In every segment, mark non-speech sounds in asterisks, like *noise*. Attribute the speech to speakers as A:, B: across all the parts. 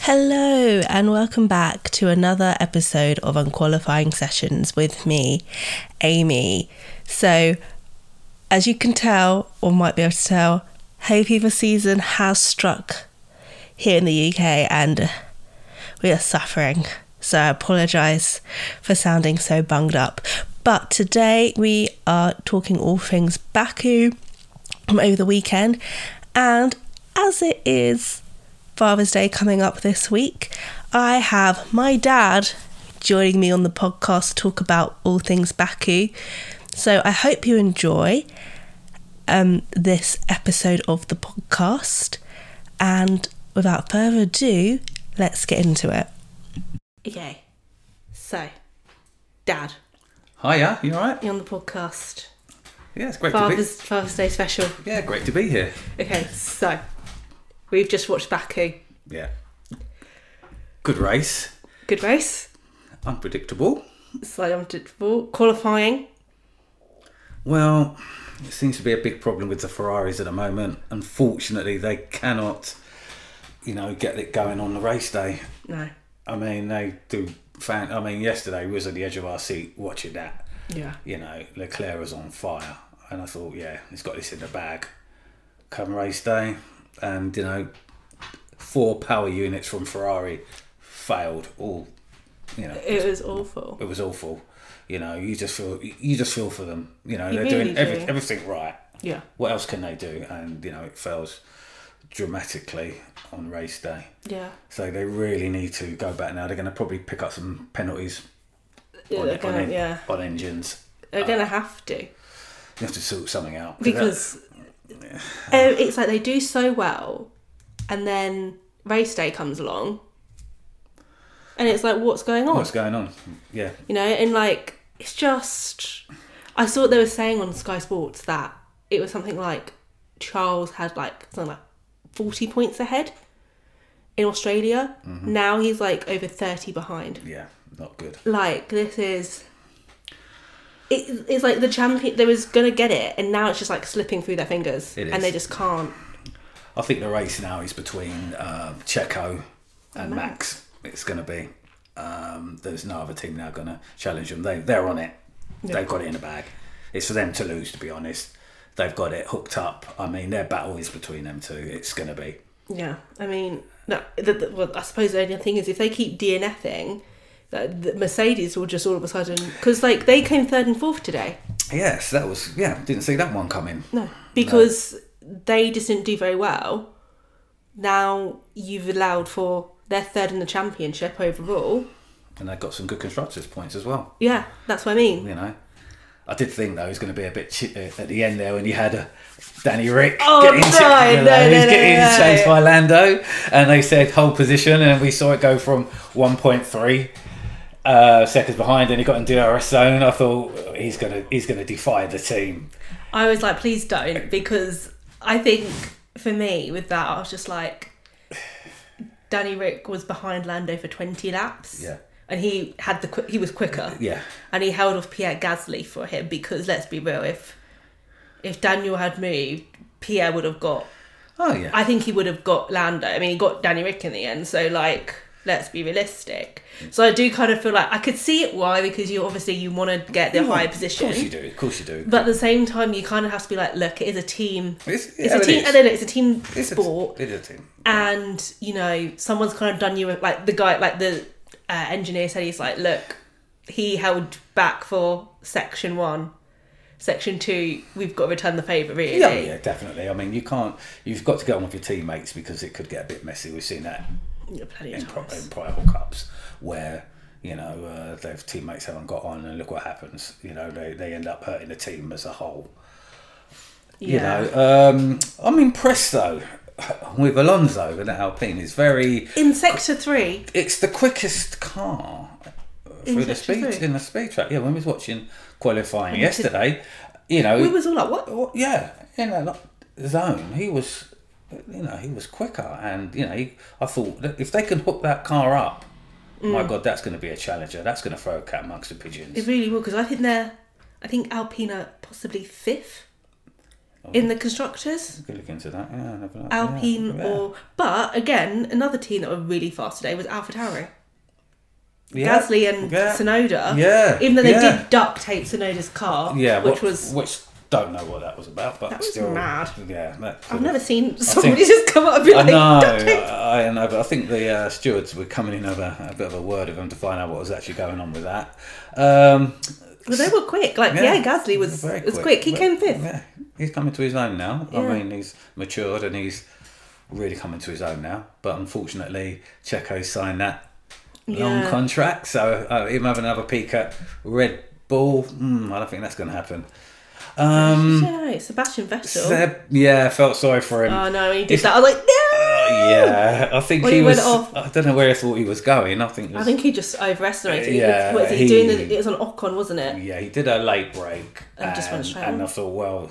A: Hello, and welcome back to another episode of Unqualifying Sessions with me, Amy. So, as you can tell, or might be able to tell, hay fever season has struck here in the UK and we are suffering. So, I apologise for sounding so bunged up. But today we are talking all things Baku from over the weekend, and as it is Father's Day coming up this week, I have my dad joining me on the podcast to talk about all things Baku. So I hope you enjoy um, this episode of the podcast. And without further ado, let's get into it. Okay. So, Dad,
B: Hiya, you alright?
A: you're on the podcast.
B: Yeah, it's great
A: Father's, Father's Day special.
B: to be. Yeah, great to be here.
A: Okay, so we've just watched Baku.
B: Yeah. Good race.
A: Good race.
B: Unpredictable.
A: Slightly unpredictable. Qualifying.
B: Well, it seems to be a big problem with the Ferraris at the moment. Unfortunately, they cannot, you know, get it going on the race day.
A: No.
B: I mean, they do. Fan- I mean, yesterday we was at the edge of our seat watching that.
A: Yeah.
B: You know, Leclerc was on fire, and I thought, yeah, he's got this in the bag. Come race day, and you know, four power units from Ferrari failed all. You know,
A: It was awful.
B: it was awful. You know, you just feel you just feel for them. You know,
A: You
B: they're
A: really
B: doing every,
A: do.
B: everything right.
A: Yeah.
B: What else can they do? And you know, it fails dramatically on race day.
A: Yeah.
B: So they really need to go back now. They're going to probably pick up some penalties
A: Yeah,
B: on,
A: they're
B: on, Uh,
A: gonna,
B: en-
A: yeah.
B: on engines.
A: They're gonna have to
B: You have to sort something out
A: because um, it's like they do so well, and then race day comes along, and it's like, what's going on?
B: what's going on? Yeah,
A: You know, and like it's just. I saw what they were saying on Sky Sports that it was something like Charles had like something like forty points ahead in Australia.
B: Mm-hmm.
A: Now he's like over thirty behind.
B: yeah, not good.
A: like this is it, it's like the champion they was gonna get it and now it's just like slipping through their fingers
B: It
A: and
B: is.
A: they just can't
B: I think the race now is between uh, Checo and Max. It's going to be. Um, there's no other team now going to challenge them. They, they're on it. They've got it in the bag. It's for them to lose, to be honest. They've got it hooked up. I mean, their battle is between them two. It's going to be.
A: yeah i mean no the, the, well, i suppose the only thing is if they keep dnfing that the mercedes will just all of a sudden because like they came third and fourth today
B: Yes, that was. Yeah, didn't see that one coming.
A: no because they just didn't do very well now you've allowed for their third in the championship overall
B: And they got some good constructors' points as well.
A: yeah that's what i mean
B: You know, I did think though it was going to be a bit ch- at the end there when you had a Danny Rick
A: Oh, no, no, no,
B: you know, he's
A: no,
B: getting
A: no.
B: chased by Lando, and they said whole position, and we saw it go from 1.3 uh, seconds behind, and he got in DRS zone. I thought he's gonna he's gonna defy the team.
A: I was like, please don't, because I think for me with that, I was just like, Danny Rick was behind Lando for twenty laps.
B: Yeah.
A: And he had the qui- he was quicker.
B: Yeah,
A: And he held off Pierre Gasly for him because let's be real, if if Daniel had moved, Pierre would have got.
B: oh yeah,
A: I think he would have got Lando. I mean, he got Danny Rick in the end. So like, let's be realistic. So I do kind of feel like I could see it why because you obviously you want to get the higher position.
B: Of course you do. Of course you do.
A: But at the same time, you kind of have to be like, look, it is a team.
B: It's-
A: it's
B: yeah,
A: a
B: it
A: team.
B: is.
A: And then it's a team
B: It's a-
A: sport,
B: It is a team.
A: and you know, someone's kind of done you like the guy, like the uh, engineer said, he's like, look, he held back for section one, section two. We've got to return the favour, really.
B: Yeah, yeah, definitely. I mean, you can't. You've got to get on with your teammates because it could get a bit messy. We've seen that
A: Yeah, plenty
B: in,
A: of
B: pro-
A: times.
B: in prior hookups where you know uh, their teammates haven't got on and look what happens you know they, they end up hurting the team as a whole you
A: Yeah.
B: know um, i'm impressed though with alonso and that alpine is very
A: in sector three,
B: it's the quickest car through the
A: Section
B: speed
A: three?
B: in the speed track yeah when we was watching qualifying yesterday you know
A: we was all like, what?
B: well, Oh, yeah, in that zone, he was, you know, he was quicker, and you know, he, I thought that if they can hook that car up,
A: Mm.
B: my God, that's going to be a challenger. That's going to throw a cat amongst the pigeons.
A: It really will because I think they're, I think Alpina possibly fifth in the constructors,
B: Could look into that. Oh. Yeah, I'll have a look.
A: Alpine
B: yeah.
A: or. But again, another team that were really fast today was Alpha Tauri.
B: yeah.
A: Gasly and
B: yeah.
A: Sonoda.
B: Yeah,
A: Even though they
B: yeah.
A: did duct tape Sonoda's car,
B: Yeah,
A: which
B: what-
A: was.
B: which don't know what that was about, but
A: That was
B: still
A: mad.
B: Yeah, that
A: I've
B: sort of- *laughs*
A: never seen
B: think-
A: somebody *laughs* just come up and be
B: I
A: like,
B: know,
A: *laughs* duct tape.
B: I, I know, but I think the uh, stewards were coming in over a bit of a word of them to find out what was actually going on with that. Um,
A: Well, they were quick. Like, yeah, Gasly was
B: very
A: was quick. He
B: but-
A: came fifth.
B: Yeah, he's coming to his own now.
A: Yeah.
B: I mean, he's matured and he's really coming to his own now. But unfortunately, Checo signed that long
A: Yeah.
B: contract, so uh, him having another peek at Red Bull, mm, I don't think that's going to happen. Um,
A: Yeah, Sebastian Vettel.
B: Seb, yeah, I felt sorry for him.
A: oh no, when he did
B: It's-
A: that. I was like, no.
B: yeah, I think
A: Well,
B: he,
A: he
B: was.
A: went off.
B: I don't know where I thought he was going. I think. It
A: I
B: was,
A: think he just overestimated.
B: Yeah,
A: Yeah, what is he,
B: he-
A: doing? It was on Ocon, wasn't it?
B: yeah, he did a late break, um,
A: And just went straight
B: and
A: on.
B: I thought, well,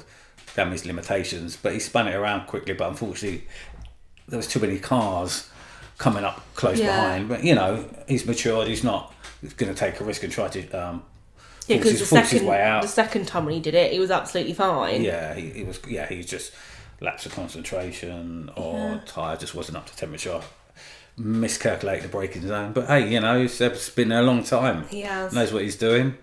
B: damn his limitations. But he spun it around quickly. But unfortunately, there was too many cars coming up close
A: Yeah.
B: behind. But you know, he's matured. He's not going to take a risk and try to. Um,
A: Yeah,
B: force
A: because
B: his-
A: the
B: force his
A: second
B: way out.
A: the second time when he did it, he was absolutely fine.
B: Yeah, he, he was. Yeah, he was just lapse of concentration or tire just wasn't up to temperature. Miscalculated the braking zone, but hey, you know, Seb's been there a long time.
A: He has.
B: knows what he's doing.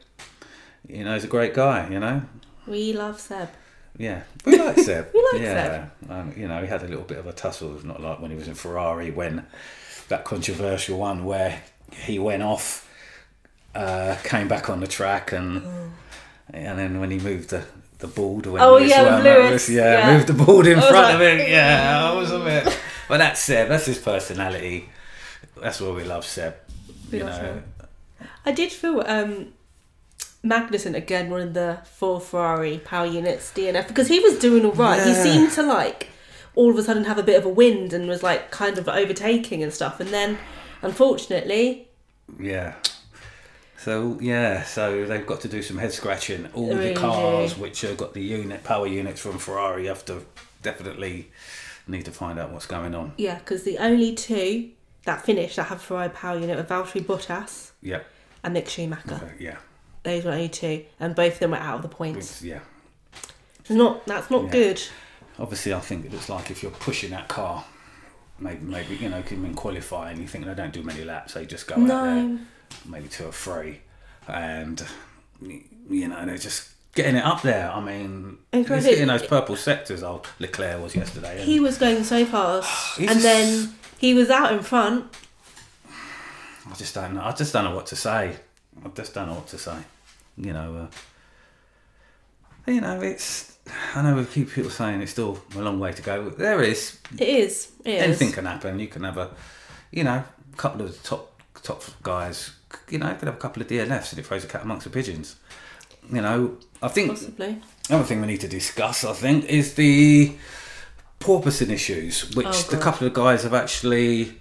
B: You know, he's a great guy. You know,
A: We love Seb.
B: yeah, we
A: *laughs*
B: like Seb. we
A: like
B: yeah. Um, you know, he had a little bit of a tussle. It's not like when he was in Ferrari when that controversial one where he went off, uh, came back on the track, and and then when he moved the the board. When
A: Mm. Oh, yeah, with
B: went, that
A: Lewis,
B: was- yeah,
A: yeah.
B: moved the board in
A: I was
B: front
A: like,
B: of him. Yeah, I was a
A: *laughs*
B: bit. But that's Seb. That's his personality. That's why we love Seb.
A: We
B: you
A: love
B: know,
A: Seb. I did feel um, Magnussen again, one of the four Ferrari power units DNF because he was doing all right. He
B: Yeah.
A: seemed to like all of a sudden have a bit of a wind and was like kind of overtaking and stuff. And then, unfortunately,
B: Yeah. So yeah, so they've got to do some head scratching. All
A: Really?
B: the cars which have got the unit power units from Ferrari have to definitely need to find out what's going on.
A: yeah, because the only two that finished that have Ferrari power unit were Valtteri Bottas
B: Yep.
A: and Mick Schumacher.
B: Uh, yeah.
A: Those were the only two, and both of them were out of the points.
B: It's- yeah.
A: It's not that's not
B: Yeah.
A: good.
B: Obviously, I think it looks like if you're pushing that car, maybe maybe you know, can qualify and you think they don't do many laps, they just go out there.
A: No,
B: maybe two or three, and you know they're just getting it up there. I mean, he's
A: Incredible.
B: hitting those purple sectors. Old Leclerc was yesterday. And
A: he was going so fast,
B: *gasps* He's
A: and
B: just-
A: then he was out in front.
B: I just don't know. I just don't know what to say. I just don't know what to say. You know, uh, you know, it's. I know we keep people saying it's still a long way to go. There is
A: It is. It is.
B: anything can happen. You can have a, you know, couple of top top guys. You know, could have a couple of DNFs and it throws a cat amongst the pigeons. You know, I think
A: Possibly.
B: Another thing we need to discuss, I think, is the porpoising issues, which
A: Oh,
B: the
A: God.
B: couple of guys have actually,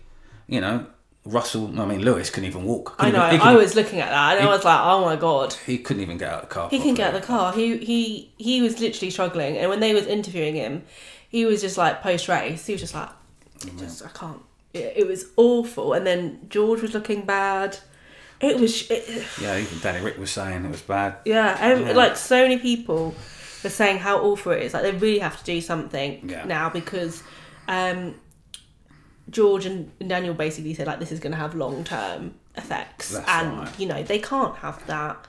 B: you know, Russell, I mean, Lewis couldn't even walk.
A: I
B: Couldn't
A: know.
B: even- he,
A: I
B: couldn't-
A: was looking at that, and I was like, "Oh my god."
B: he couldn't even get out of the car.
A: He can get out
B: properly.
A: of the car. He he he was literally struggling, and when they was interviewing him, he was just like post race. He was just like,
B: Oh,
A: "Just I can't." It, it was awful. And then George was looking bad. It was it,
B: Yeah, even Danny Rick was saying it was bad.
A: yeah, ev
B: Yeah.
A: Like so many people are saying how awful it is. Like they really have to do something
B: Yeah.
A: now because. um George and and Daniel basically said like this is going to have long term effects,
B: That's
A: and
B: right.
A: you know they can't have that.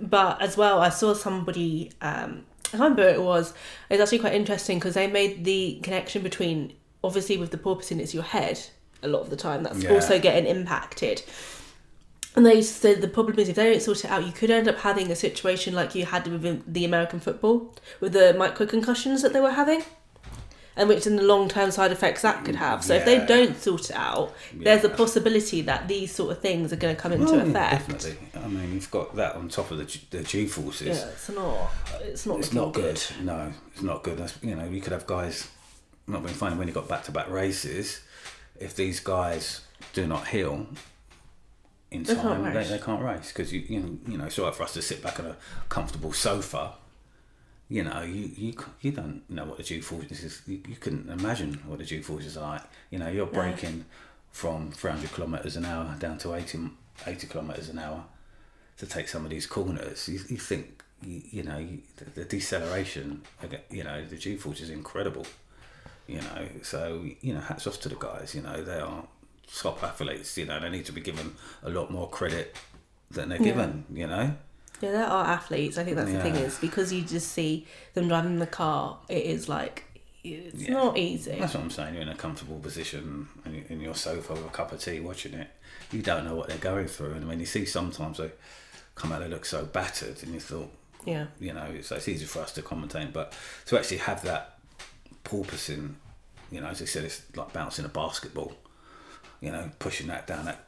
A: But as well, I saw somebody. Um, I can't remember who it was. It's actually quite interesting because they made the connection between obviously with the porpoising, it's your head a lot of the time that's
B: Yeah.
A: also getting impacted. And they said the problem is if they don't sort it out, you could end up having a situation like you had with the American football with the micro concussions that they were having and which in the long term side effects that could have. So if they
B: Yeah.
A: don't sort it out, there's a possibility that these sort of things are going to come into
B: Oh,
A: effect.
B: Definitely. I mean, you've got that on top of the, G- the G forces.
A: Yeah, it's not. It's not.
B: It's
A: looking
B: not good. No, it's not good. That's, you know, you could have guys not being funny when you got back to back races. If these guys do not heal in
A: They can't
B: time,
A: race.
B: They, they can't race because you you know, you know it's all right for us to sit back on a comfortable sofa. You know, you you c- you don't know what the due forces is. You, you couldn't imagine what the due forces are like. You know, you're braking from 300 kilometers an hour down to 80, 80 kilometers an hour to take some of these corners. You, you think you, you know you, the, the deceleration, aga- you know the G force is incredible. You know, so you know, hats off to the guys. You know, they are top athletes. You know, they need to be given a lot more credit than they're given. You know,
A: Yeah, there are athletes. I think that's the thing
B: Yeah.
A: is because you just see them driving the car. It is like it's
B: Yeah.
A: not easy.
B: that's what I'm saying. You're in a comfortable position in, in your sofa with a cup of tea, watching it. You don't know what they're going through, and when you see sometimes they come out, they look so battered, and you thought,
A: Yeah,
B: you know, it's, it's easy for us to commentate, but to actually have that porpoising, you know, as I said, it's like bouncing a basketball, you know, pushing that down that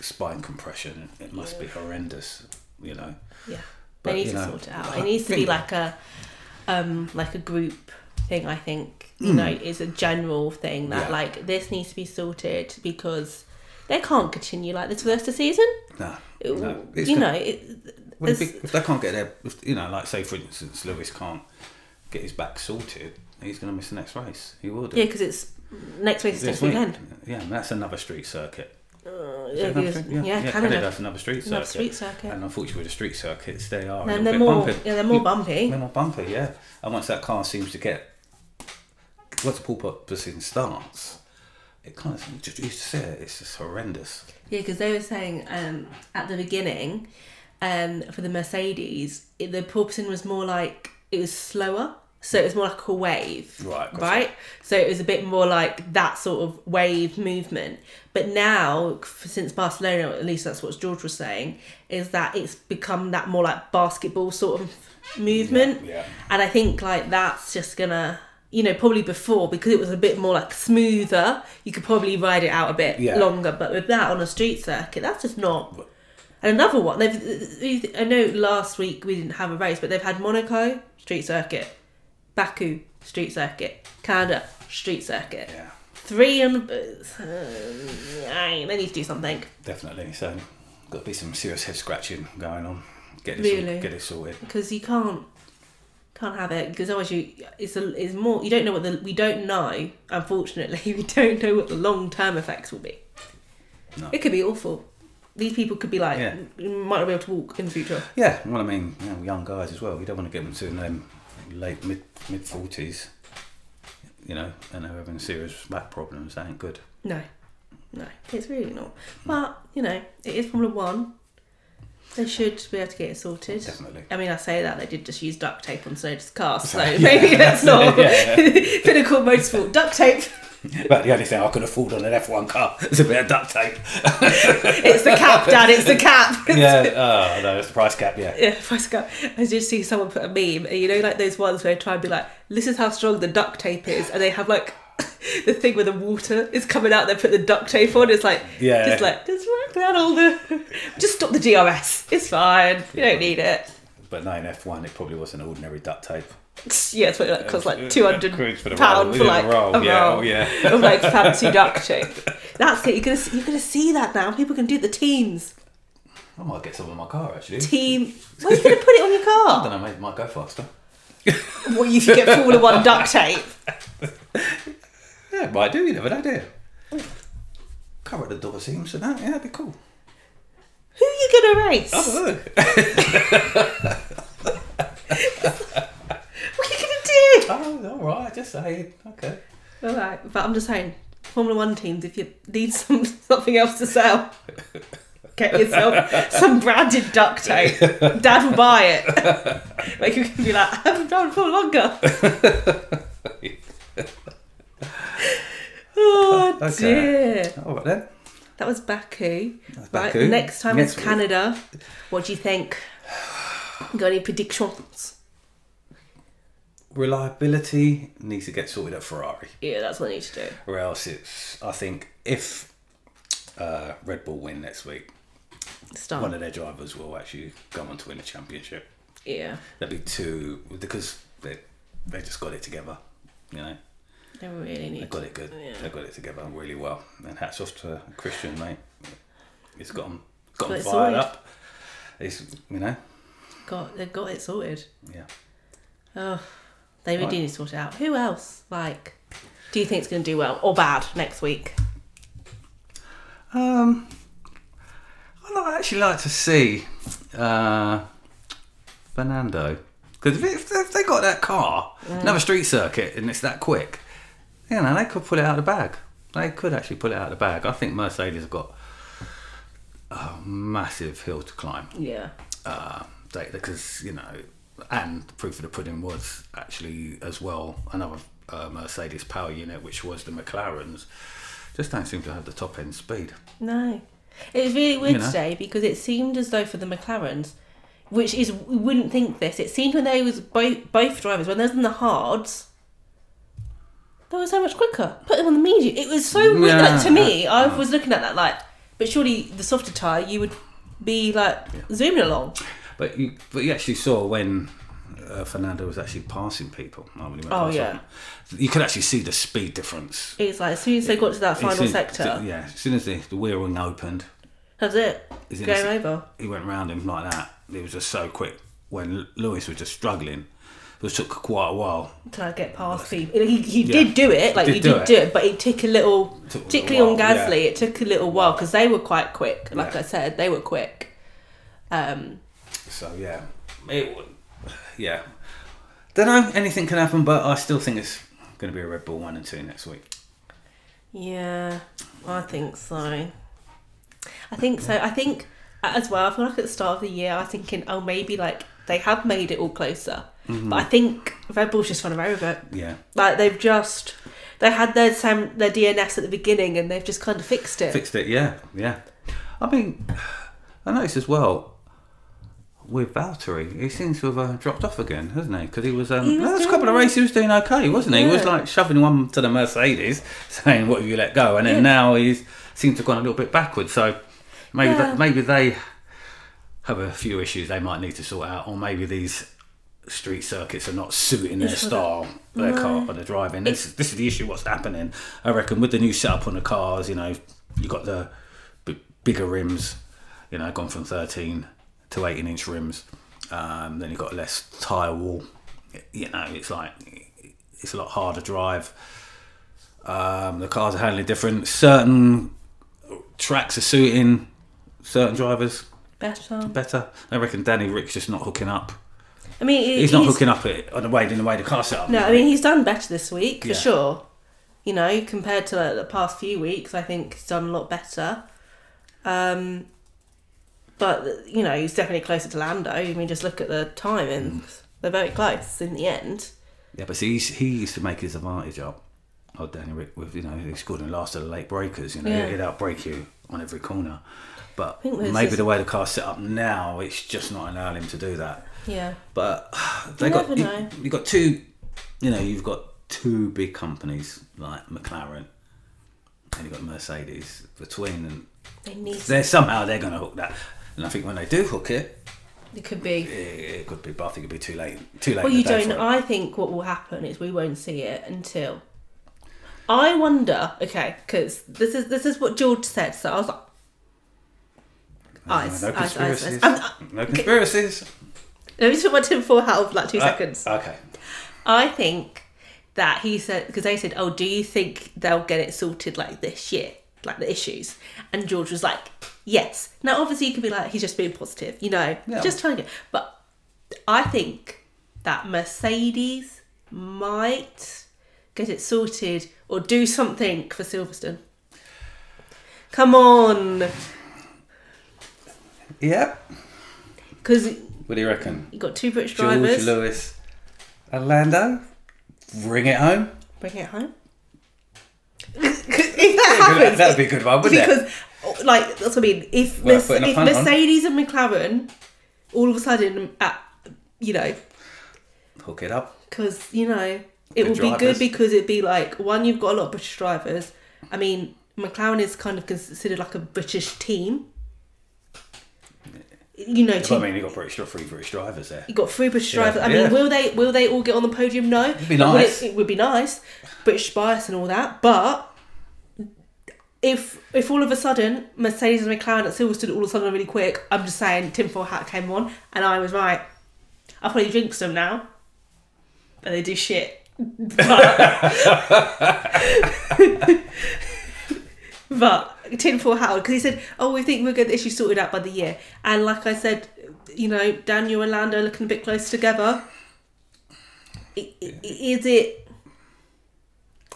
B: spine compression, it must be horrendous, you know.
A: yeah.
B: But,
A: they need
B: you
A: to
B: know,
A: sort it
B: *laughs*
A: out. It needs to be
B: finger.
A: like a um like a group thing. I think you know it's a general thing that
B: Hmm. Yeah.
A: like this needs to be sorted because they can't continue like this for the rest of the season.
B: No,
A: It-
B: no,
A: you
B: gonna-
A: know, it,
B: Well, if,
A: there's-
B: it- if they can't get their, if, you know, like say for instance, Lewis can't get his back sorted, he's going to miss the next race. He will do.
A: yeah, because it's next race is next
B: This week.
A: weekend.
B: Yeah, and that's another street circuit.
A: Uh,
B: Is it
A: yeah,
B: another street?
A: yeah, Canada.
B: Canada's another street circuit.
A: Another street circuit.
B: And unfortunately, with the street circuits, they are. a little
A: And they're
B: bit
A: more,
B: bumpy.
A: yeah, they're more bumpy.
B: They're more bumpy, yeah. And once that car seems to get, once the porpoising starts, it kind of just used to say it, it's just horrendous.
A: Yeah, because they were saying um, at the beginning um, for the Mercedes, it, the porpoising was more like it was slower, so it was more like a wave,
B: Right, gotcha.
A: Right, so it was a bit more like that sort of wave movement. But now, f- since Barcelona, at least that's what George was saying, is that it's become that more like basketball sort of movement.
B: Yeah, yeah.
A: And I think like that's just gonna. You know, probably before because it was a bit more like smoother. You could probably ride it out a bit
B: Yeah.
A: longer longer, but with that on a street circuit, that's just not. And another one, they've. I know last week we didn't have a race, but they've had Monaco street circuit, Baku street circuit, Canada street circuit.
B: Yeah,
A: Three and uh, they need to do something.
B: definitely. So, got to be some serious head scratching going on. Get this, all-
A: Really?
B: get it sorted.
A: because you can't can't have it because otherwise you it's a it's more you don't know what the we don't know unfortunately *laughs* we don't know what the long term effects will be.
B: No.
A: It could be awful. These people could be like
B: Yeah.
A: "M- might not be able to walk in the future.
B: Yeah, well, I mean, you know, young guys as well. You don't want to get them to them late mid mid forties, you know, and they're having serious back problems. That ain't good.
A: No, no, it's really not. But you know it is Formula One. They should be able to get it sorted.
B: Definitely. *laughs*
A: I mean, I say that they did just use duct tape on Snowden's car, so
B: Yeah.
A: maybe
B: *laughs*
A: that's not
B: Yeah.
A: *laughs* pinnacle motorsport. Duct tape.
B: About the only thing I could afford on an F one car *laughs* is a bit of duct
A: *laughs*
B: tape.
A: It's the cap, Dad. It's the cap.
B: yeah. Oh no, it's the price cap. Yeah.
A: Yeah, if I sc- I did see someone put a meme, and you know, like those ones where they try and be like, "This is how strong the duct tape is," and they have like *laughs* the thing where the water is coming out. They put the duct tape on. It's like,
B: Yeah.
A: just like just whack down all the, *laughs* just stop the DRS. It's fine. You don't need it.
B: But no, in F one, it probably wasn't ordinary duct tape.
A: Yeah, it's what it like, costs
B: Yeah,
A: like two hundred
B: cruise for the roll,
A: pound for
B: yeah,
A: like
B: the roll,
A: a
B: yeah,
A: roll
B: oh, yeah.
A: of like fancy
B: *laughs*
A: duct tape. That's it. You're gonna see- you're gonna see that now. People can do it. The teams
B: I might get some in my car actually.
A: team. Where's you
B: *laughs*
A: gonna put it on your car?
B: I don't know, maybe it might go faster.
A: What you should get Formula One duct tape.
B: Yeah, it might do. You never know, do you? Cover the door seams and that. Yeah, that'd be cool.
A: Who are you gonna race?
B: Oh, look.
A: *laughs* What are you gonna do?
B: Oh, all right, just saying. Okay.
A: All right, but I'm just saying, Formula One teams, if you need some *laughs* something else to sell, get yourself some branded duct tape. Dad will buy it. *laughs* like you can be like, I haven't done for longer.
B: *laughs*
A: oh
B: Okay.
A: dear,
B: All right then.
A: that was Baku.
B: That's
A: Right,
B: Baku.
A: next time
B: Next
A: it's
B: week.
A: Canada. What do you think? Got any predictions?
B: Reliability needs to get sorted at Ferrari,
A: Yeah, that's what I need to do.
B: or else it's. I think if uh, Red Bull win next week,
A: Start.
B: one of their drivers will actually go on to win the championship.
A: Yeah,
B: There'll be two because they they just got it together. You know,
A: they really
B: they
A: need.
B: got it good.
A: Yeah.
B: They got it together really well. And hats off to Christian, mate. He's got him,
A: Got
B: got him
A: it
B: fired
A: sorted.
B: up. He's, you know,
A: Got they've got it sorted.
B: yeah.
A: Oh, they really
B: Right.
A: do need to sort it out. Who else? Like, do you think it's going to do well or bad next week?
B: Um, I'd actually like to see uh, Fernando. Because if, if they got that car, another street circuit, and it's that quick, you know, they could pull it out of the bag. They could actually pull it out of the bag. I think Mercedes have got a massive hill to climb.
A: Yeah.
B: Uh, they because, you know, and the proof of the pudding was actually as well another uh, Mercedes power unit, which was the McLarens, just don't seem to have the top end speed.
A: No. It was really weird
B: You know?
A: today because it seemed as though for the McLarens, which is we wouldn't think this, it seemed when they was both both drivers, when they was in the hards, they were so much quicker. Put them on the medium. It was so weird
B: Yeah.
A: like, to me, I was looking at that like but surely the softer tyre you would be like zooming along.
B: But you, but you actually saw when uh, Fernando was actually passing people. Not when he went
A: Oh,
B: past
A: yeah.
B: them. You could actually see the speed difference.
A: It's like as soon as they got to that
B: As
A: final
B: soon-
A: sector,
B: so- yeah, as soon as the, the wheel ring opened,
A: that's it.
B: Is it-
A: Game
B: is it-
A: over.
B: he went round him like that. It was just so quick. When L- Lewis was just struggling, it took quite a while.
A: to like, get past people. He, he
B: Yeah.
A: did do it, like
B: Did
A: you
B: do
A: did
B: it.
A: do it, but it took a little,
B: Took a little
A: particularly on
B: while,
A: Gasly, it took a little while because they were quite quick. Like
B: Yeah.
A: I said, they were quick. Um,
B: So yeah, it wa- yeah. Don't know. Anything can happen, but I still think it's going to be a Red Bull one and two next week.
A: yeah, I think so. I think so. I think as well. I feel like at the start of the year, I was thinking, oh, maybe like they have made it all closer,
B: Mm-hmm.
A: but I think Red Bull's just run away with it.
B: Yeah,
A: Like they've just they had their sam their DNS at the beginning, and they've just kind of fixed it.
B: fixed it. Yeah, yeah. I mean, I noticed as well with Valtteri, he seems to have uh, dropped off again, hasn't he? Because he was, um,
A: He was
B: there was a couple of
A: doing-
B: races he was doing okay, wasn't he? He was
A: Yeah.
B: like shoving one to the Mercedes, *laughs* saying, "What have you let go?" And then
A: Yeah.
B: now he's seems to have gone a little bit backwards. So maybe
A: Yeah.
B: that, maybe they have a few issues they might need to sort out, or maybe these street circuits are not suiting their
A: It's for the-
B: style, their car, or their driving. This is this is the issue. What's happening? I reckon with the new setup on the cars, you know, you got the b- bigger rims, you know, gone from thirteen to eighteen inch rims. Um, then you got less tire wall. You know, it's like it's a lot harder drive. Um, the cars are handling different. Certain tracks are suiting certain drivers
A: Better.
B: better. I reckon Danny Rick's just not hooking up.
A: I mean, it-
B: He's not hooking up it on the way in the way the car set up.
A: No, I mean he's done better this week for
B: Yeah.
A: sure. You know, compared to like, the past few weeks, I think he's done a lot better. Um, but you know, he's definitely closer to Lando. I mean, just look at the timings;
B: Mm.
A: they're very close in the end.
B: yeah, but see, he's, he used to make his advantage up. Oh, Danny Rick, with you know, he scored in last of the late breakers. You know,
A: Yeah.
B: he'd outbreak you on every corner. But
A: think there's
B: maybe
A: this-
B: the way the car's set up now, it's just not allowing him to do that.
A: Yeah,
B: But *sighs* they
A: You
B: got
A: never
B: you-
A: know.
B: You, got two. You know, you've got two big companies like McLaren, and you've got Mercedes between, and
A: they need.
B: they're somehow they're going to hook that. And I think when they do hook it,
A: It could be.
B: it could be, but I think it'd be too late. Too late.
A: Well,
B: in
A: you
B: the day
A: don't.
B: for it.
A: I think what will happen is we won't see it until. I wonder. Okay, because this is this is what George said. So I was like, eyes,
B: no
A: eyes, eyes, eyes.
B: conspiracies.
A: I'm-
B: no conspiracies.
A: Let me just put my tin foil hat on for like two seconds.
B: Ah, okay.
A: I think that he said because they said, "Oh, do you think they'll get it sorted like this year, like the issues?" And George was like, "Yes." Now, obviously, you could be like, "He's just being positive," you know,
B: Yeah.
A: just trying to. Get, but I think that Mercedes might get it sorted or do something for Silverstone. Come on,
B: Yeah.
A: because
B: What do you reckon?
A: you got two British
B: George
A: drivers.
B: Lewis, and Lando, bring it home.
A: Bring it
B: *laughs*
A: home. if that happens,
B: That'd be a good one, wouldn't it?
A: because like that's what I mean. If,
B: Well,
A: Merce-
B: putting a
A: if
B: punt on.
A: Mercedes and McLaren, all of a sudden, at, you know,
B: Hook it up.
A: because you know it
B: Good
A: will be good
B: drivers.
A: because it'd be like one, you've got a lot of British drivers. I mean, McLaren is kind of considered like a British team. You know,
B: I
A: team,
B: mean, you got British, three British drivers there.
A: you got three British
B: Yeah.
A: drivers. I
B: Yeah.
A: mean, will they will they all get on the podium? No, it'd
B: be nice.
A: It, it would be nice, British bias and all that. But if if all of a sudden Mercedes and McLaren at Silverstone all of a sudden are really quick, I'm just saying tinfoil hat came on and I was right. I probably drink some now, but they do shit. But, *laughs* but tinfoil hat because he said, "Oh, we think we'll get the issue sorted out by the year." And like I said you know, Daniel and Lando looking a bit close together. I- i- Is it?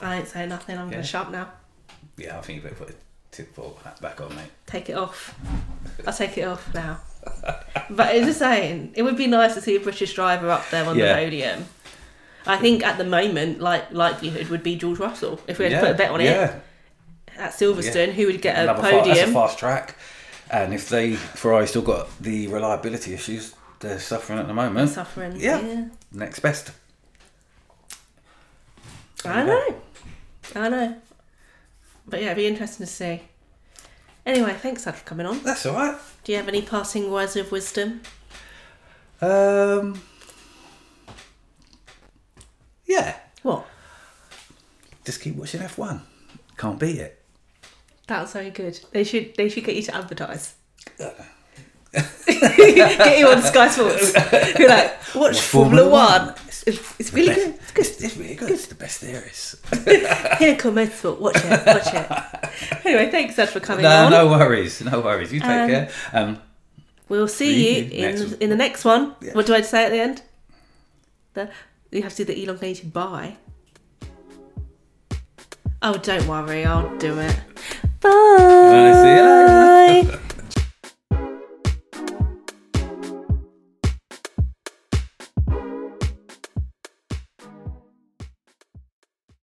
A: I ain't saying nothing. I'm
B: Yeah.
A: gonna shut up now.
B: Yeah, I think you better put the tip ball hat back on, mate.
A: Take it off. I'll take it off now. But I was just saying, it would be nice to see a British driver up there on
B: Yeah.
A: the podium. I think at the moment, like likelihood would be George Russell if we had
B: yeah,
A: to put a bet on it
B: yeah.
A: at Silverstone. Who would get a
B: Another fa- that's a
A: podium?
B: fast track. And if they Ferrari still got the reliability issues they're suffering at the moment,
A: Suffering.
B: Yeah. next best.
A: I
B: Yeah.
A: know. I know. But yeah, it'd be interesting to see. Anyway, thanks, Dad, for coming on.
B: That's all right.
A: Do you have any passing words of wisdom?
B: Um, yeah,
A: What?
B: just keep watching F1. Can't beat it.
A: That's so good. They should they should get you to advertise. get you on Sky Sports. You're like, watch Formula,
B: Formula One.
A: One. It's, it's really good.
B: Best- *laughs* It's, it's really good. It's the best there is.
A: Here come Motorsport. Watch it. Watch it. Anyway, thanks, Dad, for coming
B: No,
A: on.
B: no worries. No worries. You take
A: Um,
B: care. Um,
A: We'll see you
B: See you
A: in
B: next-
A: in the next one.
B: Yeah.
A: What do I say at the end? The, you have to do the elongated bye. Oh, don't worry, I'll do it. Bye.